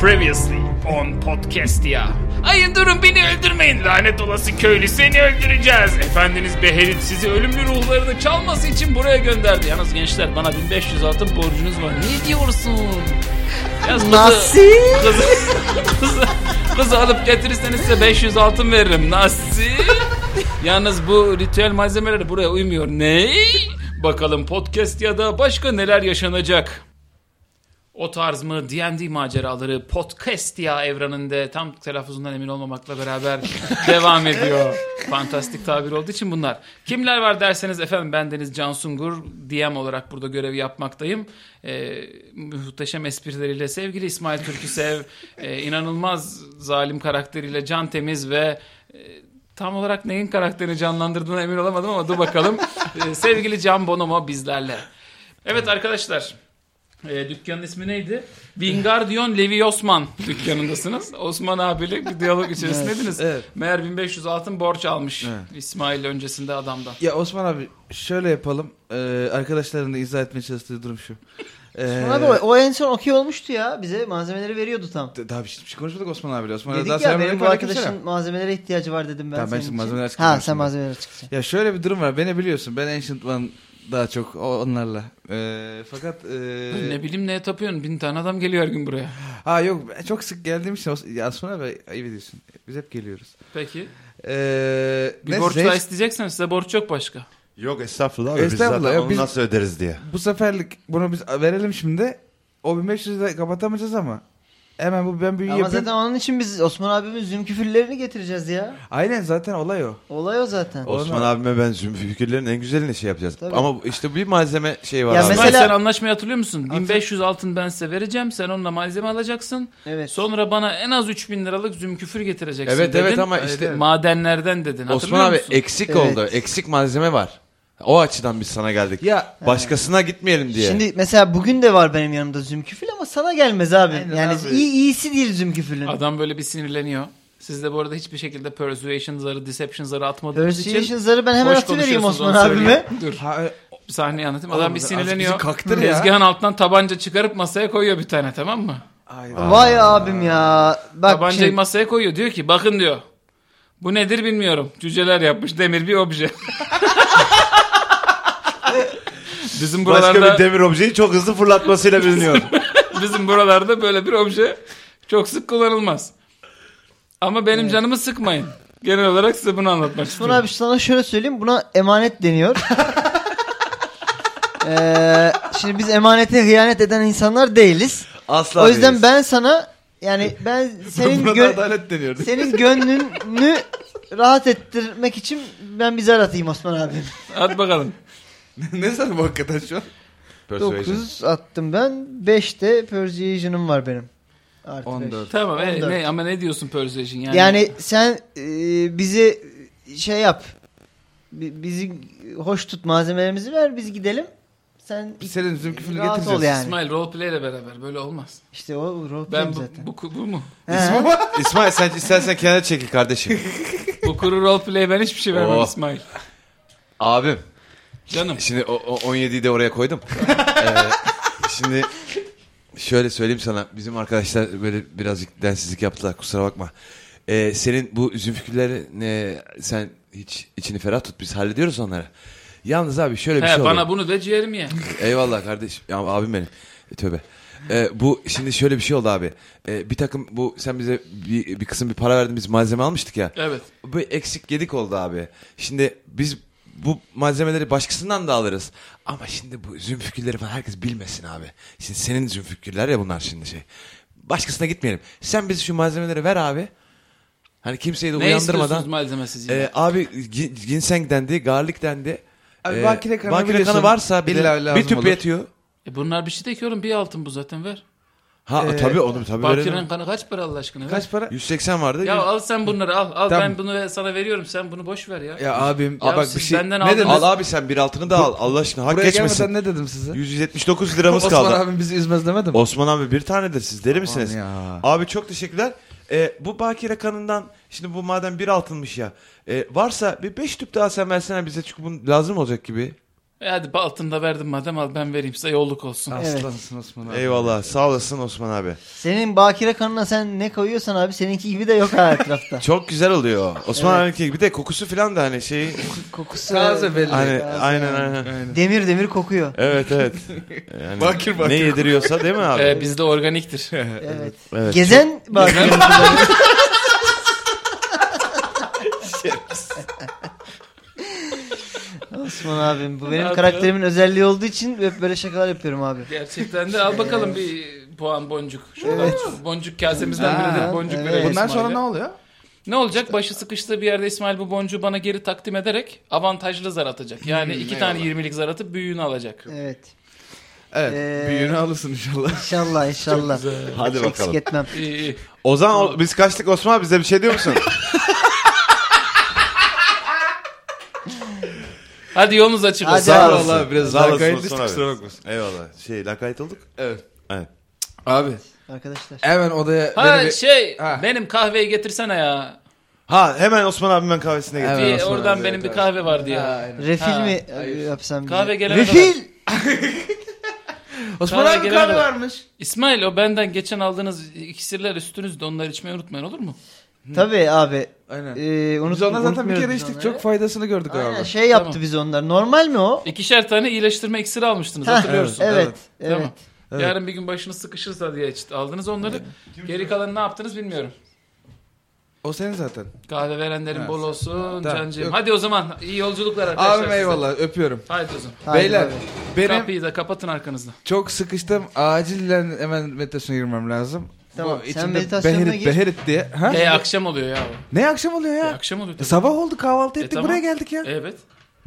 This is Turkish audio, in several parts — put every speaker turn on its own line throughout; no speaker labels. Previously on Podcastia. Ayın durun beni öldürmeyin lanet olası köylü seni öldüreceğiz. Efendiniz Beherit sizi ölümlü ruhlarını çalması için buraya gönderdi. Yalnız gençler bana 1500 altın borcunuz var. Ne diyorsun? Yalnız kızı-
Nasıl?
Kızı, kızı, kızı alıp getirirseniz size 500 altın veririm. Nasıl? Yalnız bu ritüel malzemeleri buraya uymuyor. Ne? Bakalım podcast ya da başka neler yaşanacak? O tarz mı D&D maceraları podcast ya evreninde tam telaffuzundan emin olmamakla beraber devam ediyor. Fantastik tabir olduğu için bunlar. Kimler var derseniz efendim ben Deniz Can Sungur DM olarak burada görevi yapmaktayım. Ee, muhteşem esprileriyle sevgili İsmail Türküsev, e, inanılmaz zalim karakteriyle Can Temiz ve Tam olarak neyin karakterini canlandırdığına emin olamadım ama dur bakalım. Ee, sevgili Can Bonomo bizlerle. Evet arkadaşlar. e, dükkanın ismi neydi? Wingardion Levi Osman dükkanındasınız. Osman abiyle bir diyalog içerisindeydiniz.
Evet, evet.
Meğer 1500 altın borç almış
Evet.
İsmail öncesinde adamdan.
Ya Osman abi şöyle yapalım. Ee, arkadaşların da izah etmeye çalıştığı durum şu. Ee,
Abi o, o en son okey olmuştu ya. Bize malzemeleri veriyordu tam.
d- daha bir şey, bir şey konuşmadık Osman abiyle. Osman abi
Dedik
daha
ya
selam
benim
aleyküm
bu
arkadaşım.
arkadaşın malzemelere ihtiyacı var dedim ben
Tamam,
senin
ben şimdi
için.
malzemeleri
Ha
açıklayacağım
sen
şimdi.
malzemeleri açıklayacaksın.
Ya şöyle bir durum var. Beni biliyorsun. Ben Ancient One daha çok o- onlarla. Ee, fakat ee,
ne bileyim neye tapıyorsun? Bin tane adam geliyor her gün buraya.
ha yok ben çok sık geldiğim için Os- ya Osman abi ayıp ediyorsun. Biz hep geliyoruz.
Peki.
Ee,
Bir
neyse,
borç daha
hiç-
isteyeceksen size borç yok başka.
Yok estağfurullah abi
Estağfurullah,
biz zaten
ya
onu
biz-
nasıl öderiz diye.
bu seferlik bunu biz verelim şimdi. O 1500'ü de kapatamayacağız ama. Hemen bu ben büyü
Ama
yapayım.
zaten onun için biz Osman abimin züm küfürlerini getireceğiz ya.
Aynen zaten olay o.
Olay o zaten.
O-
Osman
Ona-
abime ben züm fikirlerin en güzelini şey yapacağız.
Tabii.
Ama işte bir malzeme şey var
Ya
abi.
Mesela...
Mesela-
sen anlaşmayı hatırlıyor musun? 1500 altın ben size vereceğim. Sen onunla malzeme alacaksın.
Evet.
Sonra bana en az 3000 liralık zümküfür getireceksin
Evet,
dedin.
evet ama işte-
Evet. madenlerden dedin.
Osman
Hatırlıyor
abi e-
musun?
eksik
Evet.
oldu. Eksik malzeme var. O açıdan biz sana geldik.
Ya-
Başkasına gitmeyelim diye.
Şimdi mesela bugün de var benim yanımda züm küfür ama sana gelmez abi.
Aynen
yani
abi.
iyi iyisi değil züm küfürün.
Adam böyle bir sinirleniyor. Siz de bu arada hiçbir şekilde persuasion zarı, deception zarı atmadığınız için
Persuasion zarı ben hemen
hoş
atıvereyim
konuşuyorsunuz,
Osman
onu söyleyeyim.
abime.
Dur
Ha, e,
bir sahneyi anlatayım.
Oğlum,
Adam bir
azıcık
sinirleniyor.
bizi kaktır ya.
Tezgahın altından tabanca çıkarıp masaya koyuyor bir tane tamam mı?
Ay,
Vay abim ya. Bak
Tabancayı
şimdi-
masaya koyuyor. Diyor ki bakın diyor. Bu nedir bilmiyorum. Cüceler yapmış demir bir obje. Bizim buralarda
Başka bir demir objeyi çok hızlı fırlatmasıyla biliniyor.
Bizim buralarda böyle bir obje çok sık kullanılmaz. Ama benim canımı sıkmayın. Genel olarak size bunu anlatmak
Osman
istiyorum.
abi sana şöyle söyleyeyim buna emanet deniyor. Ee, şimdi biz emanete hıyanet eden insanlar değiliz.
Asla
o yüzden
değiliz.
ben sana yani ben senin
Buna da
gö-
adalet deniyor.
senin gönlünü rahat ettirmek için ben bir zar atayım Osman abi.
Hadi bakalım.
ne sanırım hakikaten şu an?
Persuasion.
9 attım ben. 5'te Persuasion'ım var benim. Artı
14.
Tamam e,
14.
ne, ama ne diyorsun Persuasion yani?
Yani, yani sen e, bizi şey yap. bi- Bizi hoş tut malzemelerimizi ver biz gidelim. Sen
Senin üzüm küfürünü
Rahat ol
getireceğiz.
yani.
İsmail roleplay ile beraber böyle olmaz.
işte o rol
Ben bu,
zaten.
bu, ku- bu mu?
He.
İsmail sen istersen kenara çekil kardeşim.
Bu kuru roleplay'e ben hiçbir şey vermem
Oh.
İsmail.
Abim.
Canım.
Şimdi o, o 17'yi de oraya koydum. Ee, şimdi şöyle söyleyeyim sana. Bizim arkadaşlar böyle birazcık densizlik yaptılar. Kusura bakma. Ee, senin bu üzüm fikirleri ne, sen hiç içini ferah tut. Biz hallediyoruz onları. Yalnız abi şöyle bir
He,
şey oluyor.
bana bunu de ciğerim ye.
Eyvallah kardeşim. Ya abim benim. E, tövbe. E, bu şimdi şöyle bir şey oldu abi. E, bir takım bu sen bize bir, bir kısım bir para verdin biz malzeme almıştık ya.
Evet.
Bu eksik yedik oldu abi. Şimdi biz bu malzemeleri başkasından da alırız. Ama şimdi bu zümfükürleri falan herkes bilmesin abi. Şimdi senin zümfükürler ya bunlar şimdi şey. Başkasına gitmeyelim. Sen bize şu malzemeleri ver abi. Hani kimseyi de
Ne
uyandırmadan.
istiyorsunuz malzemesiz? yine?
E, abi gi- ginseng dendi, garlic dendi.
Abi
E,
bakire kanı
bakire
biliyorsun.
kanı varsa bir,
İlla
de,
lazım
bir tüp
olur.
yetiyor.
E, bunlar bir şey de ki oğlum bir altın bu zaten ver.
Ha
Ee,
tabii oğlum tabii verelim.
Bakiren kanı kaç para Allah aşkına? ver.
Kaç para?
180 vardı.
Ya
yüz-
al sen bunları al. Al
Tamam.
ben bunu ve- sana veriyorum. Sen bunu boş ver ya.
Ya abim
Ya
bak
siz
bir şey.
benden
ne
aldınız.
dedim?
al abi sen bir altını da al. Allah aşkına hak
Buraya
geçmesin.
gelmeden ne dedim size?
179 liramız
Osman
kaldı.
abim bizi üzmez demedim.
Osman abi bir tanedir siz deli misiniz?
ya.
Abi çok teşekkürler. Ee, bu bakire kanından şimdi bu madem bir altınmış ya. e, varsa bir 5 tüp daha sen versene bize çünkü bunun lazım olacak gibi.
E hadi altını da verdim madem al ben vereyim size yolluk olsun.
Aslansın Osman abi.
Eyvallah sağ olasın Osman abi.
Senin bakire kanına sen ne koyuyorsan abi seninki gibi de yok ha etrafta.
Çok güzel oluyor. Osman abi bir de kokusu falan da hani şey
Kokusu
Taze belli.
hani aynen aynen.
demir demir kokuyor.
Evet evet. Yani
Bakir, bakir.
Ne yediriyorsa değil mi abi?
E, bizde organiktir.
Evet.
Evet.
Gezen bakire. Osman abim bu benim
yapıyor?
karakterimin özelliği olduğu için hep böyle şakalar yapıyorum abi.
Gerçekten de
Şey,
al bakalım bir puan boncuk. Şuradan boncuk kasemizden
Ha,
biridir boncuk
evet.
verelim
Bundan sonra
İsmail'e.
ne oluyor?
Ne olacak? Başı sıkıştığı bir yerde İsmail bu boncuğu bana geri takdim ederek avantajlı zar atacak. Yani
Hmm,
iki tane 20'lik zar atıp büyüğünü alacak.
Evet.
Evet.
Ee,
Büyüğünü alırsın inşallah.
İnşallah inşallah.
Hadi
Eksik
bakalım.
etmem.
İyi, iyi.
Ozan o- biz kaçtık Osman abi bize bir şey diyor musun?
Hadi yolunuz açık
Hadi
olsun.
abi.
Sağ
Vallahi
olasın.
biraz
Sağ olasın
lakaytlık,
Osman abi.
kusura bakmasın.
Eyvallah. Şey lakayt olduk.
Evet.
Evet.
Abi
Arkadaşlar.
hemen odaya
Ha
beni bir-
şey
Ha.
benim kahveyi getirsene ya.
Ha hemen Osman abim ben kahvesine getirdim.
Evet.
Bir
Osman
oradan
abi,
benim
evet,
bir
abi.
kahve vardı ya.
Ha, aynen.
Refil
Ha,
mi
hayır.
yapsam? bize?
Kahve gelene
Refil!
Osman
Kahve
abi
gelene
kahve
de-
varmış.
İsmail o benden geçen aldığınız iksirler üstünüzde onları içmeyi unutmayın olur mu?
Tabii abi.
Aynen.
Ee, unut,
Biz ona zaten bir
unutmuyoruz
kere
biz
içtik
onları.
çok faydasını gördük
Aynen
abi.
şey yaptı
Tamam.
biz onlar. Normal mi o?
İkişer tane iyileştirme iksiri almıştınız
Hah,
hatırlıyorsun.
evet.
Evet. Evet.
Tamam.
Evet.
Yarın bir gün başınız sıkışırsa diye içti- aldınız onları. Geri kalanı ne yaptınız bilmiyorum.
O senin zaten.
Kahve verenlerin
Ha,
bol olsun
Tamam,
cancığım.
yok.
Hadi o zaman iyi yolculuklar arkadaşlar.
Abim
size.
eyvallah öpüyorum.
Haydi o zaman.
Haydi
Beyler
abi.
benim
Kapıyı da kapatın arkanızda.
çok sıkıştım. Acilen hemen meditasyona girmem lazım.
Tamam, sen
içimde
meditasyona
beherit,
gir.
Beherit diye. Ha?
E akşam oluyor ya. o.
Ne akşam oluyor
E,
ya?
akşam oluyor.
E,
tabii.
Sabah oldu kahvaltı
E,
ettik
tamam.
buraya geldik ya.
Evet.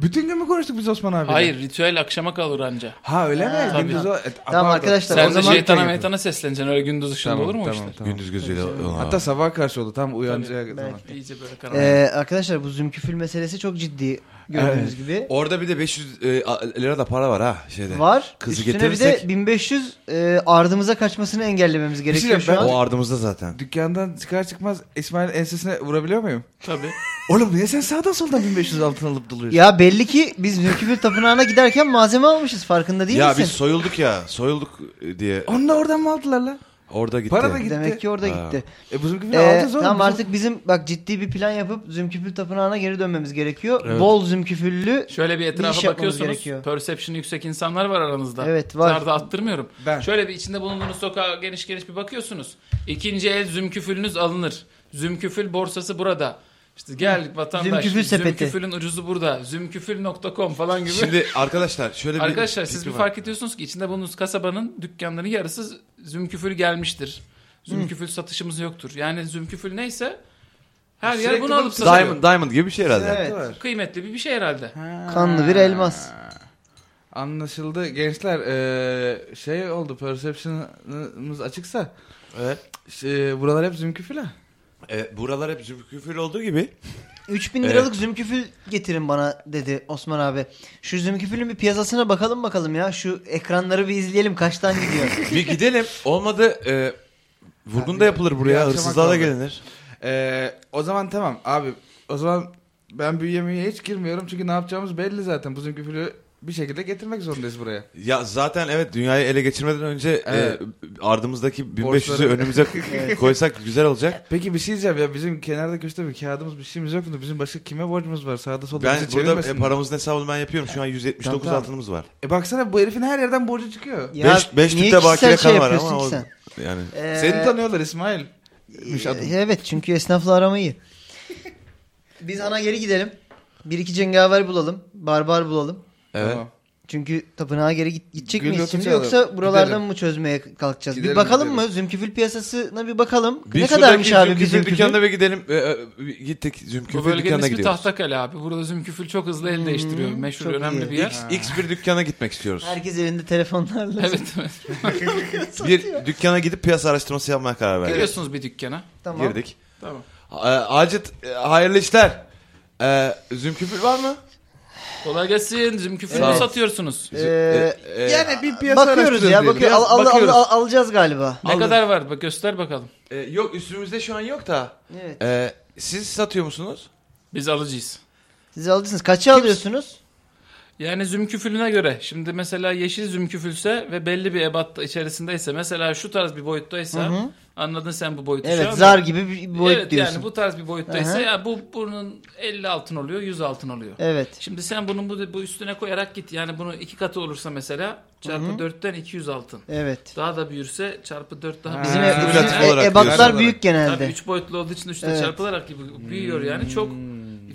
Bütün gün mü konuştuk biz Osman abiyle?
Hayır ritüel akşama kalır anca.
Ha öyle mi?
Ha,
Gündüz o. E, pardon.
arkadaşlar,
Sen
o
de
zaman-
şeytana meytana sesleneceksin öyle gündüz ışığında
Tamam,
olur mu o
tamam,
işler?
tamam.
Gündüz gözüyle.
Hatta sabah karşı oldu tam uyanacağı zaman.
belki.
İyice böyle karar.
Ee, arkadaşlar bu zümküfül meselesi çok ciddi gördüğünüz gibi.
Orada bir de 500 e, a- lira da para var ha şeyde.
Var.
Kızı
Üstüne bir
getirirsek-
de 1500 e, ardımıza kaçmasını engellememiz gerekiyor
diyeyim,
şu
şey ben-
an.
O ardımızda zaten.
Dükkandan çıkar çıkmaz İsmail ensesine vurabiliyor muyum?
Tabii.
Oğlum niye sen sağdan soldan 1500 altın alıp doluyorsun?
Ya belli ki biz zümküfül tapınağına giderken malzeme almışız farkında değil
ya
misin?
biz soyulduk ya. Soyulduk e, diye.
Onu da oradan mı aldılar lan?
Orada gitti.
Para da gitti.
Demek ki orada
Ha.
gitti.
E bizim gibi
Ee,
alacağız oğlum.
tamam
Bizim-
artık bizim bak ciddi bir plan yapıp Zümküfül Tapınağı'na geri dönmemiz gerekiyor. Bol Zümküfüllü
Şöyle bir
iş
etrafa
yapmamız
bakıyorsunuz.
gerekiyor.
Perception yüksek insanlar var aranızda.
Evet, var.
Bunlar da attırmıyorum.
Ben.
Şöyle bir içinde bulunduğunuz sokağa geniş geniş bir bakıyorsunuz. İkinci el zümküfülünüz alınır. Zümküfül borsası burada. İşte gel vatandaş.
Zümküfül sepeti.
Zümküfülün ucuzu burada. Zümküfül.com falan gibi.
Şimdi arkadaşlar şöyle bir
Arkadaşlar siz
fikri
bir
var.
fark ediyorsunuz ki içinde bulunduğunuz kasabanın dükkanların yarısı zümküfül gelmiştir. Zümküfül satışımız yoktur. Yani zümküfül neyse her yer
Sürekli
bunu
bunu
alıp satıyor.
Diamond, Diamond gibi bir şey herhalde.
Evet.
Kıymetli bir bir şey herhalde.
Ha.
kanlı bir elmas.
Anlaşıldı. Gençler eee, şey oldu perception'ımız açıksa
Evet.
şey, buralar hep zümküfül ha.
E, buralar hep zümküfül olduğu gibi.
3000
Evet.
liralık zümküfül getirin bana dedi Osman abi. Şu zümküfülün bir piyasasına bakalım bakalım ya. Şu ekranları bir izleyelim kaçtan gidiyor.
bir gidelim. Olmadı e, vurgun da yapılır buraya.
akşama
Hırsızlığa da
kaldı.
gelinir.
Eee, E, o zaman tamam abi o zaman ben büyüyemeye hiç girmiyorum çünkü ne yapacağımız belli zaten. Bu zümküfülü bir şekilde getirmek zorundayız buraya.
Ya zaten evet dünyayı ele geçirmeden önce
Evet.
e, ardımızdaki 1500'ü
Borçları-
önümüze koysak güzel olacak.
Peki bir şey diyeceğim ya bizim kenarda köşede bir kağıdımız bir şeyimiz yok mu? Bizim başka kime borcumuz var? Sağda solda
Ben
bizi
burada
çevirmesinler.
e, paramızın hesabını ben yapıyorum. Şu an 179
Tamam, tamam.
altınımız var.
E baksana bu herifin her yerden borcu çıkıyor.
ya
beş, beş
niye
tüpte bakire
kişisel şey
kan var
yapıyorsun
ama
ki
o-
sen?
yani
Ee,
Seni tanıyorlar İsmail.
e,
adam.
Evet çünkü esnafla arama iyi. Biz ana geri gidelim. Bir iki cengaver bulalım. Barbar bulalım.
evet.
Tamam.
Çünkü tapınağa geri git- gidecek
Gül
miyiz şimdi
oturalım.
yoksa buralardan
Gidelim.
mı çözmeye kalkacağız?
Gidelim,
bir bakalım
gidelim.
mı? Zümküfül piyasasına bir bakalım.
Bir
ne kadarmış
şuradaki
abi bir
zümküfül
zümküfül?
dükkanına bir gidelim. E, e, gittik
Bu
zümküfül
bölgenin
dükkanına
ismi
gidiyoruz.
Tahtakale abi. Burada zümküfül çok hızlı el değiştiriyor. Meşhur
Hmm, çok
önemli
iyi.
bir yer.
X, X bir dükkana gitmek istiyoruz.
Herkes elinde telefonlarla.
Evet. evet.
Bir dükkana gidip piyasa araştırması yapmaya karar verdik.
Giriyorsunuz bir dükkana.
Tamam.
Girdik.
Tamam.
E, Acit e, hayırlı işler. E, zümküfül var mı?
Kolay gelsin. Zümküfülü
Sağ ol.
satıyorsunuz.
Ee,
E, e,
Yani bir piyasa
bakıyoruz ya.
araştırıyoruz
Bakıyor,
diyelim.
al, al- al-
Bakıyoruz.
al- alacağız galiba.
Ne kadar var? Bak göster bakalım.
e, yok üstümüzde şu an yok da.
Evet.
E, siz satıyor musunuz?
Biz alıcıyız.
Siz alacaksınız. Kaça alıyorsunuz?
Yani zümküfülüne göre. Şimdi mesela yeşil zümküfülse ve belli bir ebatta içerisindeyse mesela şu tarz bir boyuttaysa anladın sen bu boyutu şu
Evet
anda.
zar gibi bir boyut
Şey evet,
diyorsun.
yani bu tarz bir boyuttaysa
Aha.
ya bu bunun 50 altın oluyor 100 altın oluyor.
Evet.
Şimdi sen bunun bu, bu üstüne koyarak git. Yani bunu iki katı olursa mesela çarpı 4'ten 200 altın.
Evet.
daha da büyürse çarpı 4 daha
Ha.
Bizim,
Ha,
e- bizim
figüratif
e-
olarak
ebatlar
diyorsun.
büyük
Tabii
genelde.
3 boyutlu olduğu için üstüne
Evet. Hmm.
çarpılarak gibi büyüyor yani çok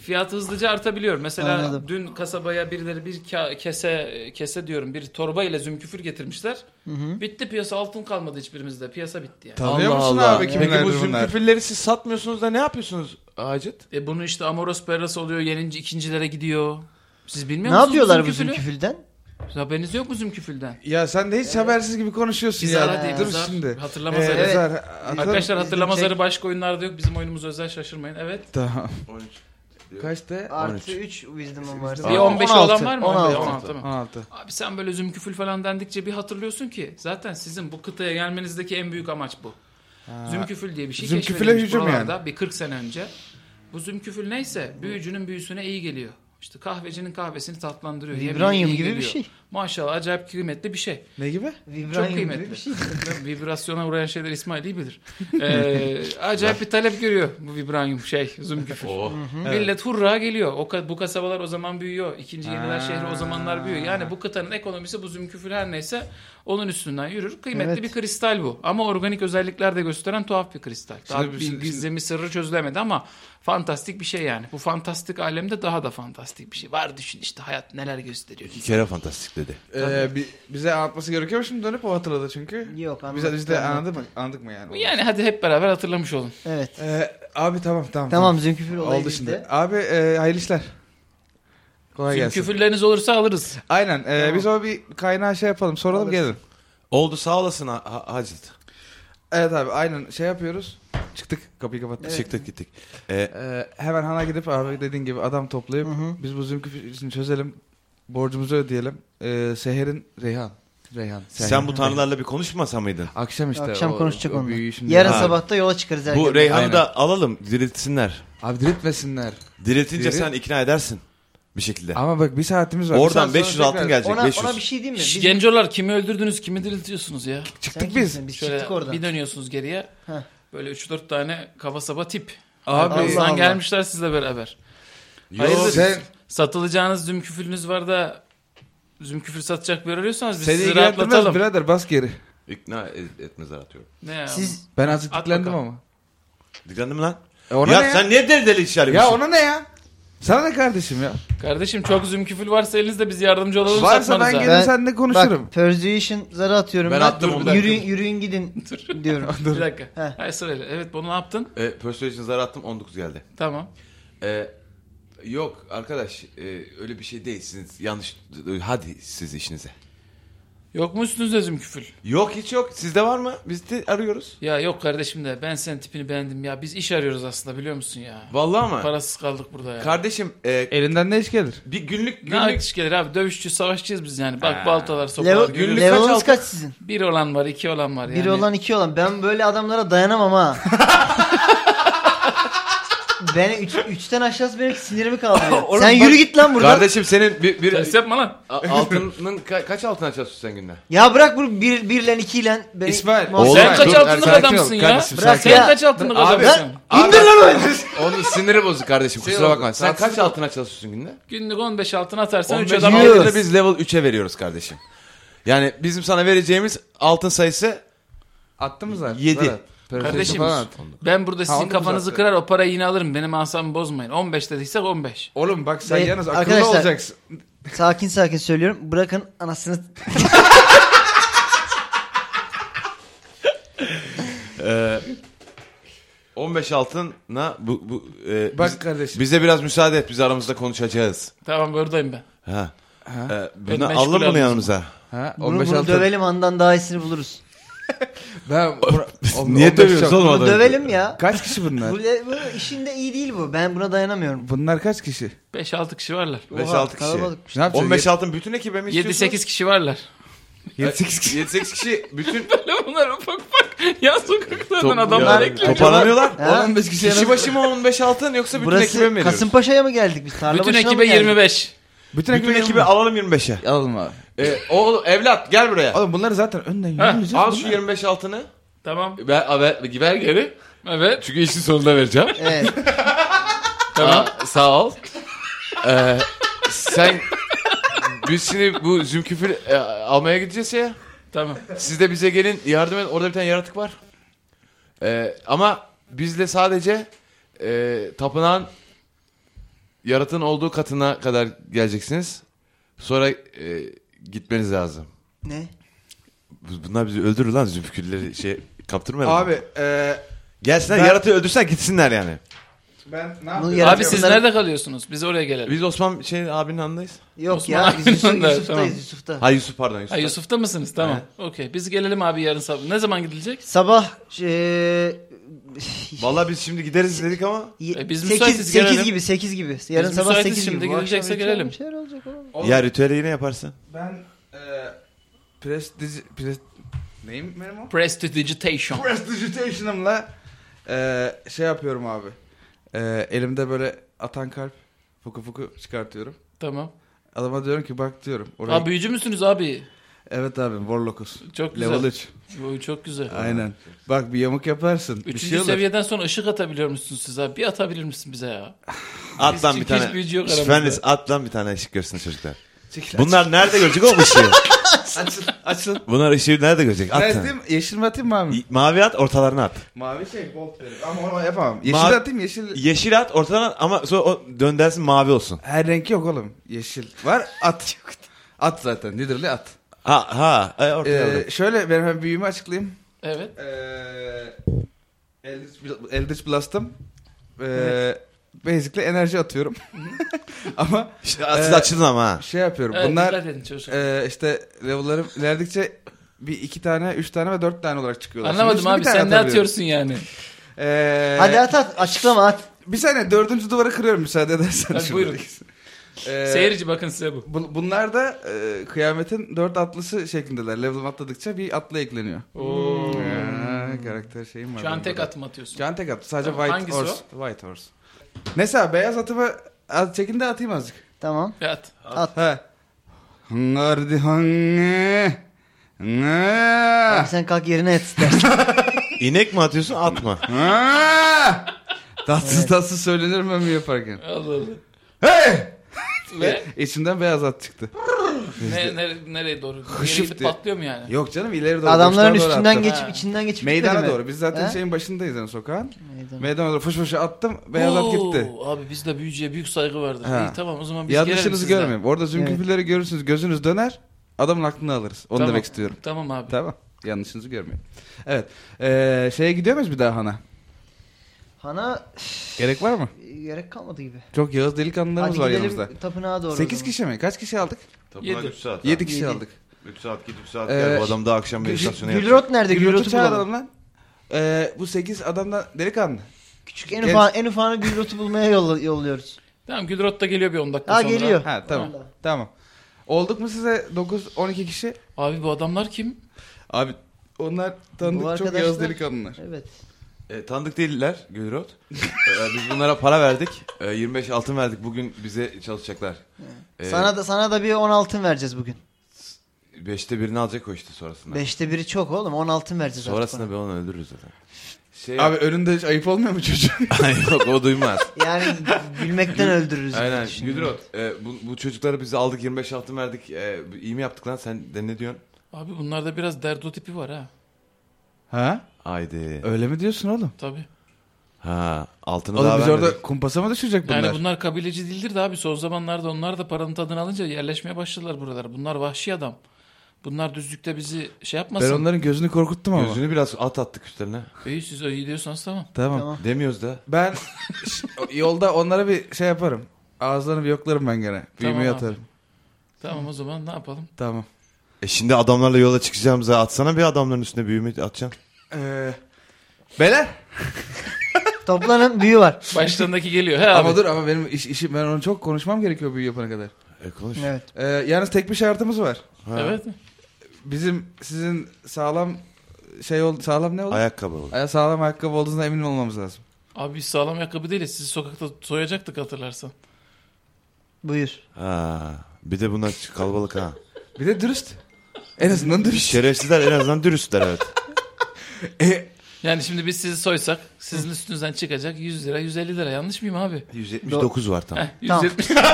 fiyatı hızlıca artabiliyor. Mesela
Anladım.
dün kasabaya birileri bir ka- kese kese diyorum bir torba ile zümküfür getirmişler. Bitti piyasa altın kalmadı hiçbirimizde piyasa bitti yani.
Tanıyor
Allah
musun
Allah.
abi
Peki bu
kimlerdir bunlar?
zümküfülleri siz satmıyorsunuz da ne yapıyorsunuz Acit?
E bunu işte Amoros Perras oluyor yenince ikincilere gidiyor. Siz bilmiyor
Ne
musunuz
yapıyorlar bu
zümküfülü?
zümküfülden?
Haberiniz yok mu zümküfülden?
Ya sen de hiç habersiz gibi konuşuyorsun
Biz
ya.
ara değil,
Dur
zar.
şimdi.
Hatırlama
Ee,
zarı.
Evet.
zar.
Arkadaşlar
Atalım.
hatırlama
izlenecek.
zarı başka oyunlarda yok. Bizim oyunumuz özel şaşırmayın. Evet.
Tamam.
13.
Kaçta?
Artı 3 wisdom'ım var.
Bir 15 olan var mı?
16.
16 tamam.
16.
Abi sen böyle zümküfül falan dendikçe bir hatırlıyorsun ki zaten sizin bu kıtaya gelmenizdeki en büyük amaç bu. Zümküfül diye bir şey
Zümküfüle
keşfedilmiş
hücum
buralarda bir 40 sene önce. Bu zümküfül neyse büyücünün büyüsüne iyi geliyor. İşte kahvecinin kahvesini tatlandırıyor. yemeğine
Vibranium
iyi
gibi bir
geliyor.
şey.
Maşallah acayip kıymetli bir şey.
Ne gibi?
Çok
Vibranium gibi
kıymetli.
bir şey.
Vibrasyona uğrayan şeyler İsmail iyi bilir. Ee, acayip bir talep görüyor bu vibranium şey zümküfül.
Oh,
Millet hurra geliyor. O ka- bu kasabalar o zaman büyüyor. İkinci yeniler şehri o zamanlar büyüyor. Yani bu kıtanın ekonomisi bu zümküfül her neyse onun üstünden yürür. Kıymetli
Evet.
bir kristal bu. Ama organik özellikler de gösteren tuhaf bir kristal. Daha
Şimdi-
bir
şimdi-
gizemi sırrı çözülemedi ama fantastik bir şey yani. Bu fantastik alemde daha da fantastik bir şey. Var düşün işte hayat neler gösteriyor.
İki kere fantastik dedi.
Ee, bi- bize anlatması gerekiyor mu şimdi dönüp o hatırladı çünkü.
Yok
Bize
anladım.
biz de anladık mı? Anladık mı yani?
Yani hadi hep beraber hatırlamış olun.
Evet.
Ee, abi tamam tamam.
Tamam zümküfül olayı
Oldu şimdi.
bizde.
Abi e, hayırlı işler. Kolay gelsin.
Zümküfülleriniz olursa alırız.
Aynen. e,
Tamam.
Biz o bir kaynağı şey yapalım. Soralım
Alırız.
gelin.
Oldu sağ olasın Ha- Ha- Hacit.
Evet abi aynen şey yapıyoruz. Çıktık kapıyı kapattık.
Çıktık gittik. Ee,
Ee, hemen hana gidip abi dediğin gibi adam toplayıp
Hı hı.
biz bu zümkü için çözelim. Borcumuzu ödeyelim. Ee, Seher'in Reyhan. Reyhan.
sen bu tanrılarla bir konuşmasa mıydın?
Akşam işte.
Akşam
o-
konuşacak
o
onunla.
büyüyü şimdi-
Yarın
Ha.
sabah da yola çıkarız herkese.
Bu Reyhan'ı
Aynen.
da alalım diriltsinler.
Abi diriltmesinler.
Diriltince
Dirilt-
sen ikna edersin bir şekilde.
Ama bak bir saatimiz var. Bir saat
Oradan
sonra
500
tekrar-
altın gelecek.
ona,
500.
ona bir şey diyeyim mi?
Şş,
Biz-
Gencolar kimi öldürdünüz kimi diriltiyorsunuz ya.
Sen
Çıktık biz.
kimsin? Biz
Şöyle
çıktık oradan.
bir dönüyorsunuz geriye.
Heh.
Böyle 3-4 tane kaba saba tip.
Abi
Allah
Arkanızdan
Allah.
gelmişler sizle beraber.
Yo,
Hayırdır?
sen-
Satılacağınız zümküfülünüz var da zümküfül satacak bir arıyorsanız biz
Seni
sizi
ilgilendirmez
rahatlatalım.
birader bas geri.
İkna et- etmezler atıyorum.
Ne ya?
Siz
Ben azıcık
At
diklendim
bakalım.
ama.
Dikkatli mi lan?
E ona
ya
ne
sen niye deli deli işler
ya?
yapıyorsun?
ona ne ya? Sana ne kardeşim ya?
Kardeşim çok zümküfül varsa elinizde biz yardımcı olalım
Varsa ben
satmanıza.
gelir
Ben-
seninle konuşurum.
bak Persuasion zarı atıyorum
Ben
ben.
attım onu.
Yürüyün, yürüyün gidin diyorum.
Bir dakika.
Heh.
Hayır sırayla. Evet bunu ne yaptın?
Ee, Persuasion zarı attım 19 geldi.
Tamam.
Ee, yok arkadaş e, öyle bir şey değilsiniz. Yanlış. e, Hadi siz işinize.
Yok mu üstünüzde zümküfül?
Yok hiç yok. Sizde var mı? Biz de arıyoruz.
Ya yok kardeşim de ben senin tipini beğendim ya. Biz iş arıyoruz aslında biliyor musun ya?
Vallahi mı?
Parasız kaldık burada ya.
Kardeşim e,
Elinden ne iş gelir?
bir günlük
Ne
günlük
artış gelir abi dövüşçü savaşçıyız biz yani. Bak baltalar sopalar.
Level,
görüyoruz.
günlük kaç
level'ınız
altın?
kaç sizin?
Bir olan var iki olan var yani.
Biri olan iki olan. Ben böyle adamlara dayanamam ha. ben üç, üçten aşağısı benim sinirimi kaldırıyor.
Oğlum
Sen
bak-
yürü git lan buradan.
Kardeşim senin bir, bir
Ters yapma lan.
A- altının ka- kaç altın açıyorsun sen günde?
Ya bırak bu bir, birle ikiyle beni
İsmail,
muhasebe-
sen
Oğlum,
kaç
dur,
altınlık
sakin ol
adamsın ya?
kardeşim,
Bırak
sen
ya.
kaç altınlık
Abi-
adamsın?
Abi-
İndir lan oyunu.
Onun siniri bozuk kardeşim kusura
oldu,
bakma. Şey Sen kaç
haksızlık
altına çalışıyorsun günde?
Günlük 15 altın atarsan 3
15
adam
Yiyoruz.
altını biz level 3'e veriyoruz kardeşim. Yani bizim sana vereceğimiz altın sayısı
Attı mı zaten?
7.
Kardeşim
Falan at.
ben burada sizin
onu da
kafanızı
zaten.
kırar o parayı yine alırım. Benim asabımı bozmayın. 15 dediysek 15.
Oğlum bak sen
Ve
yalnız akıllı
arkadaşlar-
olacaksın.
Sakin sakin söylüyorum. Bırakın anasını.
Ee, 15 altına bu, bu e,
Bak
biz-
kardeşim.
bize biraz müsaade et biz aramızda konuşacağız.
Tamam buradayım ben.
Ha.
Ha.
Ee,
Ben
bunu
meşgul
alalım bunu
yalnız.
yanımıza.
Ha,
Bunu,
15
bunu
altın.
dövelim andan daha iyisini buluruz.
Ben bura-
Niye
15
dövüyoruz
altın.
oğlum
Bunu
adamı?
dövelim ya.
Kaç kişi bunlar?
Bu, le- bu işinde iyi değil bu. Ben buna dayanamıyorum.
Bunlar kaç kişi?
5-6 kişi varlar.
Beş,
Oha,
altı kişi.
kalabalıkmış.
Ne yapacağız?
15 altın bütün ekibe mi istiyorsun?
7-8 kişi varlar.
7-8 kişi. 7-8 kişi bütün
Böyle bunlar ufak ufak ya sokaklardan
Top-
adamlar
ya,
ekliyor.
Toparlanıyorlar.
Ha?
15 kişiye
Kişi
nasıl-
başı mı 15 altın yoksa bütün ekibe mi
Burası
veriyoruz?
Kasımpaşa'ya mı geldik biz? Tarla
Bütün ekibe 25.
Bütün,
Bütün ekibi alalım 25'e.
alalım abi.
Ee, oğlum evlat gel buraya.
Oğlum bunları zaten önden
Ha,
yürüyeceğiz.
Al şu 25 altını.
Tamam.
Ver, ver, ver geri.
Evet.
Çünkü işin sonunda vereceğim.
Evet.
Tamam.
Aa, sağ ol. Ee, sen biz şimdi bu zümküfül e, almaya gideceğiz ya.
Tamam.
Siz de bize gelin yardım edin. Orada bir tane yaratık var. Ee, ama bizle sadece e, tapınağın yaratığın olduğu katına kadar geleceksiniz. Sonra e, gitmeniz lazım.
ne?
Bu- Bunlar bizi öldürür lan zümkülleri şey kaptırmayalım.
Abi e, eee
Gelsinler
ben-
yaratığı öldürsen gitsinler yani.
ben ne
Bunu
yapayım?
yarat-
Abi siz
Bunları-
nerede kalıyorsunuz? Biz oraya gelelim.
Biz Osman şey abinin andayız.
Yok
Osman
ya biz Yusuf,
Aydın'da,
Yusuf'tayız
tamam.
Yusuf'ta.
Ha Yusuf pardon Yusuf.
Ha, Yusuf'ta mısınız? Tamam. Okey. Biz gelelim abi yarın sabah. Ne zaman gidilecek?
Sabah e, eee
Vallahi biz şimdi gideriz dedik ama
E, biz
8,
müsaitiz,
8
gelelim.
gibi 8 gibi. Yarın
Biz
sabah
müsaitiz
8
şimdi,
gibi. Bu akşam
gelecekse
içer-
gelelim.
bir şeyler olacak oğlum.
Oğlum,
ya ritüeli yine yaparsın.
Ben eee pres dizi pres neyim benim o?
Prestidigitation.
Prestidigitation'ımla eee şey yapıyorum abi. Eee elimde böyle atan kalp fuku fuku çıkartıyorum.
Tamam.
Adama diyorum ki bak diyorum. Oraya...
Abi büyücü müsünüz abi?
Evet abi Warlock'uz.
Çok güzel.
Level 3.
Oy, çok güzel.
Aynen. Bak bir yamuk yaparsın. bir
Üçüncü
şey olur.
seviyeden sonra ışık atabiliyor musunuz siz abi? Bir atabilir misin bize ya?
At
Biz
lan bir
çünkü hiç
tane.
büyücü yok aramızda.
Fenris at lan bir tane ışık görsün çocuklar.
Çekil,
Bunlar nerede görecek oğlum ışığı?
Açın açın.
Bunlar ışığı nerede görecek? At
Ben
tane.
atayım, yeşil mi atayım mı abi?
Y- Mavi at ortalarına at.
Mavi şey gold verir ama onu yapamam. Yeşil
Mavi-
atayım yeşil.
Yeşil at ortalarına at ama sonra o döndersin mavi olsun.
Her renk yok oğlum. Yeşil var at. at zaten Nidirli at.
Ha ha e, ortaya
Ee,
aldım.
şöyle ben hemen büyüğümü açıklayayım.
Evet.
Ee, Eldritch, Bl- Eldritch Blast'ım. Ee, Basically enerji atıyorum. ama
Şşt, siz
e,
açılın ama ha.
şey yapıyorum.
Evet,
bunlar
dikkat edin çocuklar.
ee, işte level'larım ilerledikçe bir iki tane, üç tane ve dört tane olarak çıkıyorlar. Şimdi
Anlamadım
üstüne bir
abi
tane
sen ne
atabiliyorum.
atıyorsun yani?
Ee,
Hadi at at açıklama at.
Bir saniye dördüncü duvara kırıyorum müsaade edersen.
Hadi
şurada.
buyurun.
Ee,
Seyirci bakın size bu.
bu- bunlar da e, kıyametin dört atlısı şeklindeler. Level atladıkça bir atlı ekleniyor.
Oo.
Ee, karakter şeyim var.
Şu an
benim
tek
burada.
atım atıyorsun.
Şu an tek at. Sadece
Tamam,
white
hangisi
horse. White horse. Mesela beyaz atımı az çekin de atayım azıcık.
Tamam.
Bir at.
Ha. Hangardi hangi.
Abi
Ne?
sen kalk yerine et istersen.
İnek mi atıyorsun at mı?
Ha. Tatsız tatsız söylenir mi mi yaparken?
Allah Allah.
Hey!
Ve
İçinden beyaz at çıktı.
ne, nere- nereye doğru?
Hışıf
Yere gidip
diye.
patlıyor mu yani?
Yok canım ileri doğru.
Adamların
boşluğa doğru
üstünden
attım.
geçip
Ha.
içinden geçip
Meydana
gitmedi mi?
doğru. Biz zaten şey-
He?
şeyin başındayız yani sokağın.
Meydana.
Meydana doğru fış fışı attım. Beyaz at
Oo,
gitti.
Abi biz de büyücüye büyük saygı verdik.
Ha.
İyi tamam o zaman biz gelelim
Yanlışınızı
sizle.
görmeyeyim. Orada zümküfürleri görürsünüz gözünüz döner. Adamın aklını alırız. Onu
Tamam.
demek istiyorum.
Tamam abi.
Tamam. Yanlışınızı görmeyin. Evet. Ee, şeye gidiyor muyuz bir daha Hana?
Hana
Gerek var mı?
gerek kalmadı gibi.
Çok Yağız delikanlılarımız
Hadi
var
gidelim
yanımızda.
tapınağa doğru. o
8
zaman.
kişi mi? Kaç kişi aldık?
Tapınak Yedi.
3 saat.
7 kişi
Yedi.
aldık.
3 saat git 3 saat
gel. Ee, Bu
adam daha akşam
Gül- Gülrot nerede? Gülrot'u bulalım.
Gülrot'u çağıralım lan. Ee, bu 8 adamdan delikanlı.
Küçük en
Gel-
ufağını, en ufağını Gülrot'u bulmaya yolla- yolluyoruz.
Tamam Gülrot da geliyor bir 10 dakika
Ha
sonra.
geliyor.
Ha tamam.
Vallahi.
Tamam. Olduk mu size 9-12 kişi?
Abi bu adamlar kim?
Abi onlar tanıdık
Bu
çok yaz
arkadaşlar-
delikanlılar.
Evet.
E, tanıdık değiller Gülrot. Ee, biz bunlara para verdik. Ee, 25 altın verdik. Bugün bize çalışacaklar. Ee,
Sana da sana da bir 10 altın vereceğiz bugün.
5'te birini alacak o işte sonrasında.
Beşte biri çok oğlum 10 altın vereceğiz
Sonrasında
artık.
bir onu öldürürüz zaten. Şey,
Ee, Abi önünde hiç ayıp olmuyor mu çocuğun?
yok o duymaz.
Ona. Yani gülmekten öldürürüz.
Aynen.
Şimdi.
Gülrot. e, bu, bu çocukları biz aldık 25 altın verdik. E, iyi mi yaptık lan sen de ne diyorsun?
Abi bunlarda biraz derdo tipi var ha.
ha?
Haydi.
Öyle mi diyorsun oğlum?
Tabii.
Ha altını
Oğlum
daha
biz
vermedik.
orada kumpasa mı düşecek bunlar?
Yani bunlar kabileci değildir de abi son zamanlarda onlar da paranın tadını alınca yerleşmeye başladılar buralara. Bunlar vahşi adam. Bunlar düzlükte bizi şey yapmasın.
Ben onların gözünü korkuttum ama.
Gözünü biraz at attık üstlerine.
İyi siz iyi diyorsanız tamam.
Tamam.
Tamam.
Demiyoruz da.
Ben ş- yolda onlara bir şey yaparım. Ağızlarını bir yoklarım ben gene.
Tamam
Büyümeyi
abi.
atarım.
Tamam o zaman ne yapalım?
Tamam.
E şimdi adamlarla yola çıkacağımıza atsana bir adamların üstüne büyüme atacaksın.
Ee, beyler.
Toplanın büyü var.
Başlarındaki geliyor. He abi.
Ama dur ama benim iş, işim ben onu çok konuşmam gerekiyor büyü yapana kadar.
E konuş.
Evet.
Ee, yalnız tek bir şartımız var.
Ha,
Evet.
Bizim sizin sağlam şey ol, sağlam ne olur?
Ayakkabı olur.
Aya sağlam ayakkabı olduğundan emin olmamız lazım.
Abi biz sağlam ayakkabı değiliz. Sizi sokakta soyacaktık hatırlarsan.
Buyur.
Ha. Bir de bunlar kalabalık ha.
Bir de dürüst. En azından dürüst.
Şerefsizler en azından dürüstler evet.
E,
Yani şimdi biz sizi soysak sizin üstünüzden çıkacak 100 lira 150 lira yanlış mıyım abi?
179 var tam.
Heh,
Tamam.
170.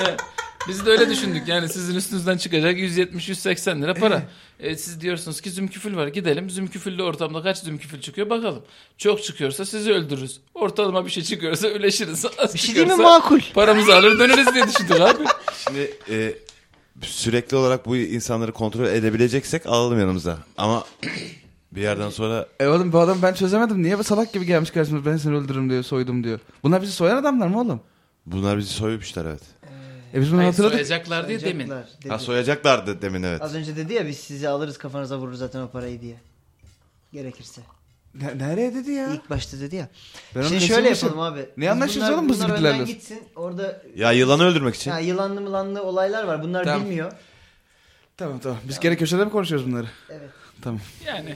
Evet, Biz de öyle düşündük yani sizin üstünüzden çıkacak 170-180 lira para. E, siz diyorsunuz ki zümküfül var gidelim zümküfüllü ortamda kaç zümküfül çıkıyor bakalım. Çok çıkıyorsa sizi öldürürüz. Ortalama bir şey çıkıyorsa öleşiriz. Az
Bir şey değil mi
çıkıyorsa
makul?
Paramızı alır döneriz diye düşündük abi.
Şimdi e, sürekli olarak bu insanları kontrol edebileceksek alalım yanımıza. Ama bir yerden sonra
e oğlum bu adam ben çözemedim. Niye bu salak gibi gelmiş karşımıza ben seni öldürürüm diyor soydum diyor. Bunlar bizi soyan adamlar mı oğlum?
bunlar bizi soyulmuşlar evet.
E biz bunu
Hayır,
hatırladık.
soyacaklar diye demin.
Alacaklar dedi.
Ha soyacaklardı demin evet.
Az önce dedi ya biz sizi alırız kafanıza vururuz zaten o parayı diye. Gerekirse.
Ne- nereye dedi ya?
İlk başta dedi ya.
Ben onu
Şimdi şöyle
kaçırmışım.
yapalım abi.
Ne anlaşırız oğlum bu
bunlar önden
zibitlerle?
gitsin orada
Ya yılanı öldürmek için.
ya, yılanlı mılanlı olaylar var bunlar
Tamam.
bilmiyor.
Tamam tamam. Biz gene köşede mi konuşuyoruz bunları?
Evet.
Tamam.
Yani.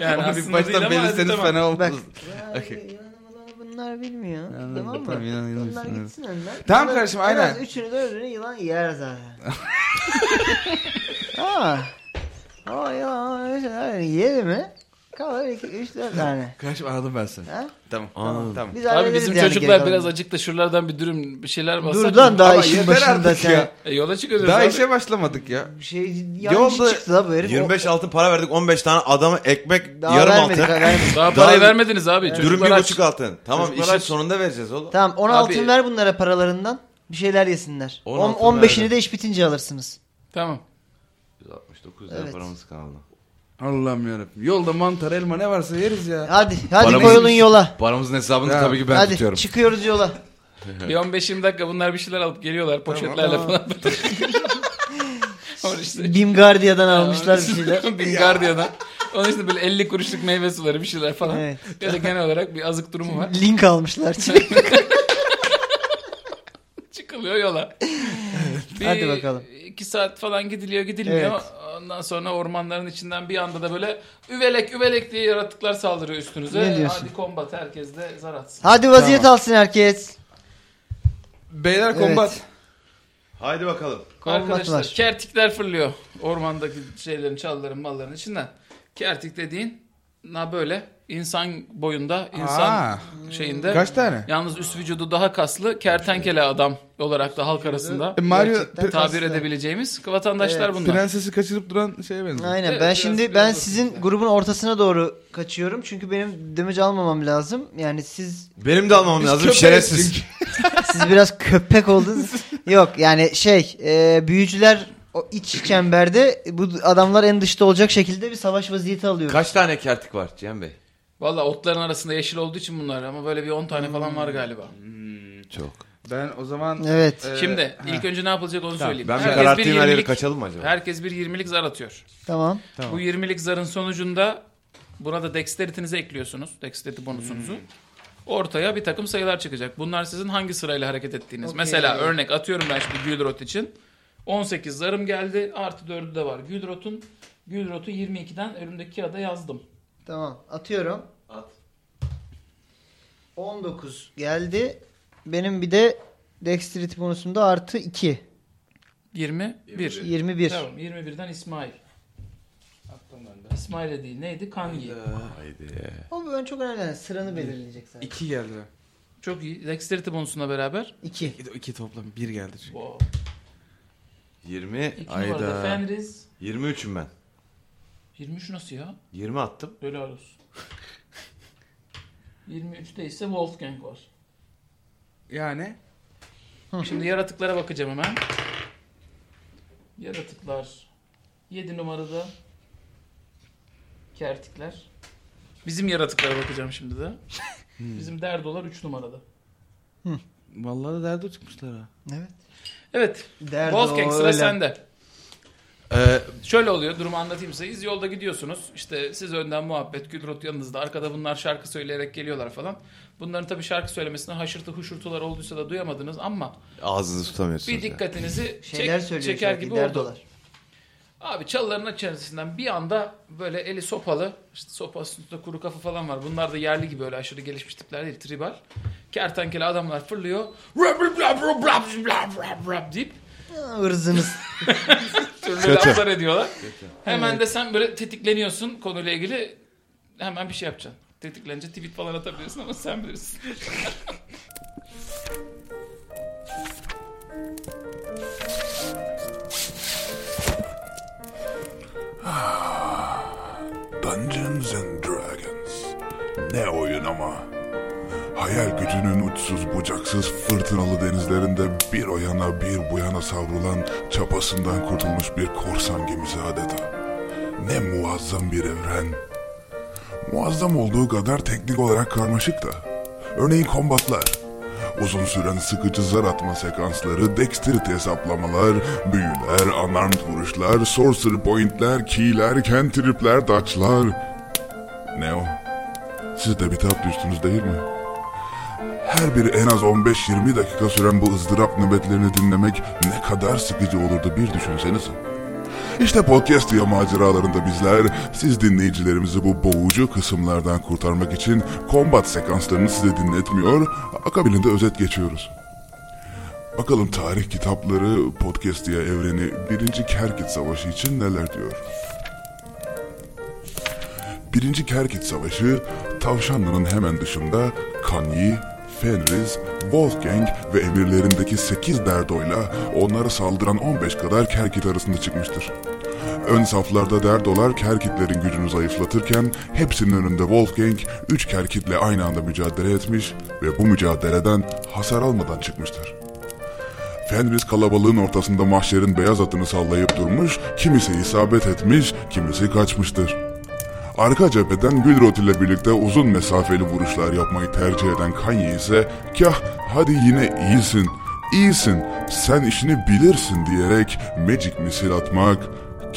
yani
Onu
aslında
bir
değil
baştan
ama hadi
belirseniz
tamam.
fena olmaz.
Bak.
Okey.
Yılanlı mılanlı bunlar bilmiyor.
Anladım,
tamam mı?
tamam, yılan- yılan
bunlar
bilsin,
gitsin önden.
Tamam
Bunlar
kardeşim,
En az
aynen.
üçünü dördünü yılan yer zaten. Aa. Aa yılan öyle şey, yedi mi? Kalır iki üç dört tane.
Kardeşim anladım ben seni.
Ha?
Tamam.
Anladım.
Tamam.
Biz
Abi
hallederiz
bizim
yani geri
çocuklar
kalanını.
biraz acıktı şuralardan bir dürüm bir şeyler basak.
Dur
mı?
lan daha
Ama
işin
yeter
başında
artık
sen.
ya.
E, yola çıkıyoruz
Daha
abi.
işe başlamadık ya.
Bir şey yanlış
Yolda
çıktı la bu herif.
25 altın para verdik 15 tane adama ekmek
O- daha
yarım
vermedik,
altın.
ha, vermedik.
Daha
Daha-
parayı vermediniz abi.
Dürüm
Çocuklar
bir
aç.
buçuk altın. Tamam
Çocuklar
işin
aç.
sonunda vereceğiz oğlum.
Tamam 10
Abi-
altın ver bunlara paralarından. Bir şeyler yesin
On
10
altın
15'ini
verdim.
de iş bitince alırsınız.
Tamam.
169 lira
Evet.
paramız kaldı.
Allah'ım yarabbim. Yolda mantar elma ne varsa yeriz ya.
Hadi hadi
Paramız-
koyulun yola.
Paramızın hesabını
Ya.
tabii ki ben
hadi
tutuyorum.
çıkıyoruz yola.
Bir 15-20 dakika bunlar bir şeyler alıp geliyorlar poşetlerle falan. Onun işte.
Bimgardia'dan almışlar bir şeyler.
Bingardiya'dan. Onun işte böyle 50 kuruşluk meyve suları bir şeyler falan.
Evet.
Ya da genel olarak bir azık durumu var.
Link almışlar.
Çıkılıyor yola. Bir
Hadi bakalım.
iki saat falan gidiliyor gidilmiyor.
Evet.
Ondan sonra ormanların içinden bir anda da böyle üvelek üvelek diye yaratıklar saldırıyor üstünüze.
Ne diyorsun?
Hadi kombat herkes de zar atsın.
hadi vaziyet
Tamam.
alsın herkes.
Beyler
Evet.
kombat.
Haydi bakalım.
Kombat
Arkadaşlar
var.
kertikler fırlıyor ormandaki şeylerin çalıların malların içinden. Kertik dediğin na böyle insan boyunda insan
Aa.
şeyinde.
Kaç tane?
Yalnız üst vücudu daha kaslı kertenkele adam olarak da halk arasında
E, Mario
Gerçekten
pre-
tabir edebileceğimiz vatandaşlar
Evet.
bunlar.
prensesi kaçırıp duran şeye benziyor.
Aynen
Evet,
ben
biraz-
şimdi
biraz
ben
olsun
sizin
bize.
grubun ortasına doğru kaçıyorum. Çünkü benim damage almamam lazım. Yani siz
Benim de almam lazım şerefsiz.
siz biraz köpek oldunuz. Yok yani şey e, büyücüler o iç çemberde bu adamlar en dışta olacak şekilde bir savaş vaziyeti alıyor.
Kaç tane kertik var Cem Bey?
Valla otların arasında yeşil olduğu için bunlar ama böyle bir 10 tane falan var galiba.
Çok.
Ben o zaman...
Evet.
Ee,
Şimdi
ha.
ilk önce ne yapılacak onu söyleyeyim.
Ben bir
Herkes
karartayım her yere
20'lik
kaçalım mı acaba?
Herkes bir 20'lik zar atıyor.
Tamam.
Tamam.
Bu 20'lik zarın sonucunda buna da dexterity'nize ekliyorsunuz. Dexterity bonusunuzu. Ortaya bir takım sayılar çıkacak. Bunlar sizin hangi sırayla hareket ettiğiniz.
Okey.
Mesela örnek atıyorum ben şimdi Gülrot için. 18 zarım geldi. Artı 4'ü de var. Gülrot'un Gülrot'u 22'den önümdeki kağıda yazdım.
Tamam. Atıyorum.
At.
19 geldi. Benim bir de dexterity bonusumda artı 2.
21.
21.
Tamam 21'den İsmail. İsmail de değil neydi? Kangi.
Haydi.
O ben çok önemli. yani Sıranı belirleyecek zaten.
İki geldi.
Çok iyi. Dexterity bonusuna beraber.
2.
İki, iki toplam. Bir geldi çünkü.
Wow.
20
İki numarada
ayda.
Fenris.
23'üm ben.
23 nasıl ya?
20 attım.
Helal olsun. 23'te ise Wolfgang var.
Yani...
Şimdi yaratıklara bakacağım hemen. Yaratıklar. 7 numarada. Kertikler. Bizim yaratıklara bakacağım şimdi de. Bizim derdolar 3 numarada.
Vallahi da derdi çıkmışlar ha.
Evet.
Evet.
Derdi
Wolfgang
o
sıra
öyle.
sende.
Ee,
Şöyle oluyor durumu anlatayım size. Siz yolda gidiyorsunuz. İşte siz önden muhabbet, Gülrot yanınızda. Arkada bunlar şarkı söyleyerek geliyorlar falan. Bunların tabii şarkı söylemesine haşırtı huşurtular olduysa da duyamadınız ama
ağzınızı tutamıyorsunuz.
bir dikkatinizi
Şeyler
çek-
söylüyor.
çeker
şarkı,
gibi
der
oldu.
dolar.
Abi çalıların içerisinden bir anda böyle eli sopalı, işte sopasının üstünde kuru kafa falan var. Bunlar da yerli gibi öyle aşırı gelişmiş tipler değil, tribal. Kertenkele adamlar fırlıyor. Rap, rap, rap, rap, rap, rap, rap, rap deyip
Irzınız.
türlü laflar ediyorlar. Hemen de sen böyle tetikleniyorsun konuyla ilgili. Hemen bir şey yapacaksın. Tetiklenince tweet falan atabilirsin ama sen bilirsin.
Dungeons and Dragons. Ne oyun ama. Hayal gücünün uçsuz bucaksız fırtınalı denizlerinde bir o yana bir bu yana savrulan çapasından kurtulmuş bir korsan gemisi adeta. Ne muazzam bir evren. Muazzam olduğu kadar teknik olarak karmaşık da. Örneğin kombatlar. Uzun süren sıkıcı zar atma sekansları, dexterity hesaplamalar, büyüler, unarmed vuruşlar, sorcery pointler, keyler, cantripler, daçlar. Ne o? Siz de bir tat düştünüz değil mi? Her biri en az 15-20 dakika süren bu ızdırap nöbetlerini dinlemek ne kadar sıkıcı olurdu bir düşünsenize. İşte podcast ya maceralarında bizler siz dinleyicilerimizi bu boğucu kısımlardan kurtarmak için kombat sekanslarını size dinletmiyor, akabinde özet geçiyoruz. Bakalım tarih kitapları podcast ya evreni 1. Kerkit Savaşı için neler diyor. 1. Kerkit Savaşı tavşanların hemen dışında Kanyi, Fenris, Wolfgang ve emirlerindeki 8 derdoyla onlara saldıran 15 kadar Kerkit arasında çıkmıştır. Ön saflarda derdolar Kerkitlerin gücünü zayıflatırken hepsinin önünde Wolfgang 3 Kerkitle aynı anda mücadele etmiş ve bu mücadeleden hasar almadan çıkmıştır. Fenris kalabalığın ortasında mahşerin beyaz atını sallayıp durmuş, kimisi isabet etmiş, kimisi kaçmıştır. Arka cepheden Gülrot ile birlikte uzun mesafeli vuruşlar yapmayı tercih eden Kanye ise kah hadi yine iyisin, iyisin, sen işini bilirsin diyerek magic misil atmak,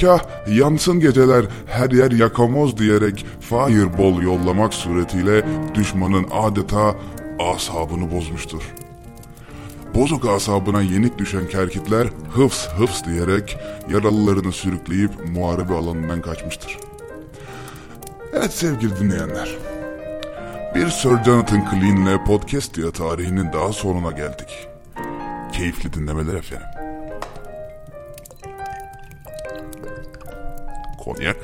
kah yansın geceler her yer yakamoz diyerek fireball yollamak suretiyle düşmanın adeta asabını bozmuştur. Bozok asabına yenik düşen kerkitler hıfs hıfs diyerek yaralılarını sürükleyip muharebe alanından kaçmıştır. Evet sevgili dinleyenler. Bir Sir Jonathan Clean'le podcast ya tarihinin daha sonuna geldik. Keyifli dinlemeler efendim. Konyak.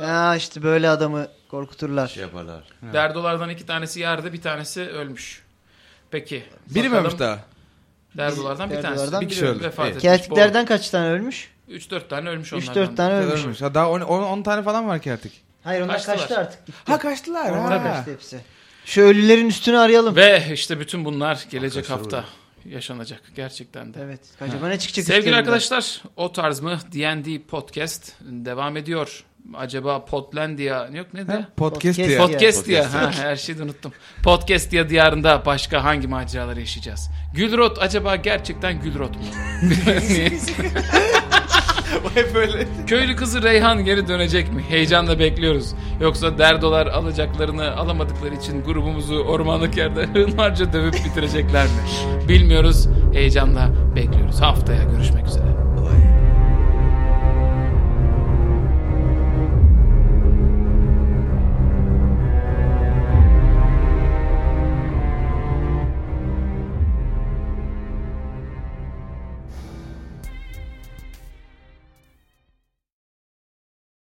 ya işte böyle adamı korkuturlar.
Şey yaparlar.
Derdolardan iki tanesi yerde bir tanesi ölmüş. Peki.
Biri mi
bakalım.
ölmüş daha?
Derdolardan bir tanesi.
Derdolardan
Bir
biri
kişi
ölmüş.
vefat etmiş.
Kertiklerden kaç tane ölmüş?
3-4 tane ölmüş onlardan.
3-4 tane ölmüş.
Ölmüş. Ha, daha 10 tane falan var kertik.
Hayır onlar
Kaçtılar.
kaçtı artık. Bitti.
Ha kaçtılar.
Onlar
Ha.
kaçtı hepsi. Şu ölülerin üstünü arayalım.
Ve işte bütün bunlar gelecek hafta yaşanacak gerçekten de.
Evet. Acaba ne çıkacak?
Sevgili
üstlerinden?
arkadaşlar, o tarz mı D&D podcast devam ediyor. Acaba Potlandia yok ne de?
Ha,
Podcast
Podcast ya.
ya.
Podcast ya. Ha, her şeyi de unuttum. Podcast ya diyarında başka hangi maceraları yaşayacağız? Gülrot acaba gerçekten Gülrot mu? Niye?
Hep böyle.
Köylü kızı Reyhan geri dönecek mi? Heyecanla bekliyoruz. Yoksa derdolar alacaklarını alamadıkları için grubumuzu ormanlık yerde hınharca dövüp bitirecekler mi? Bilmiyoruz. Heyecanla bekliyoruz. Haftaya görüşmek üzere.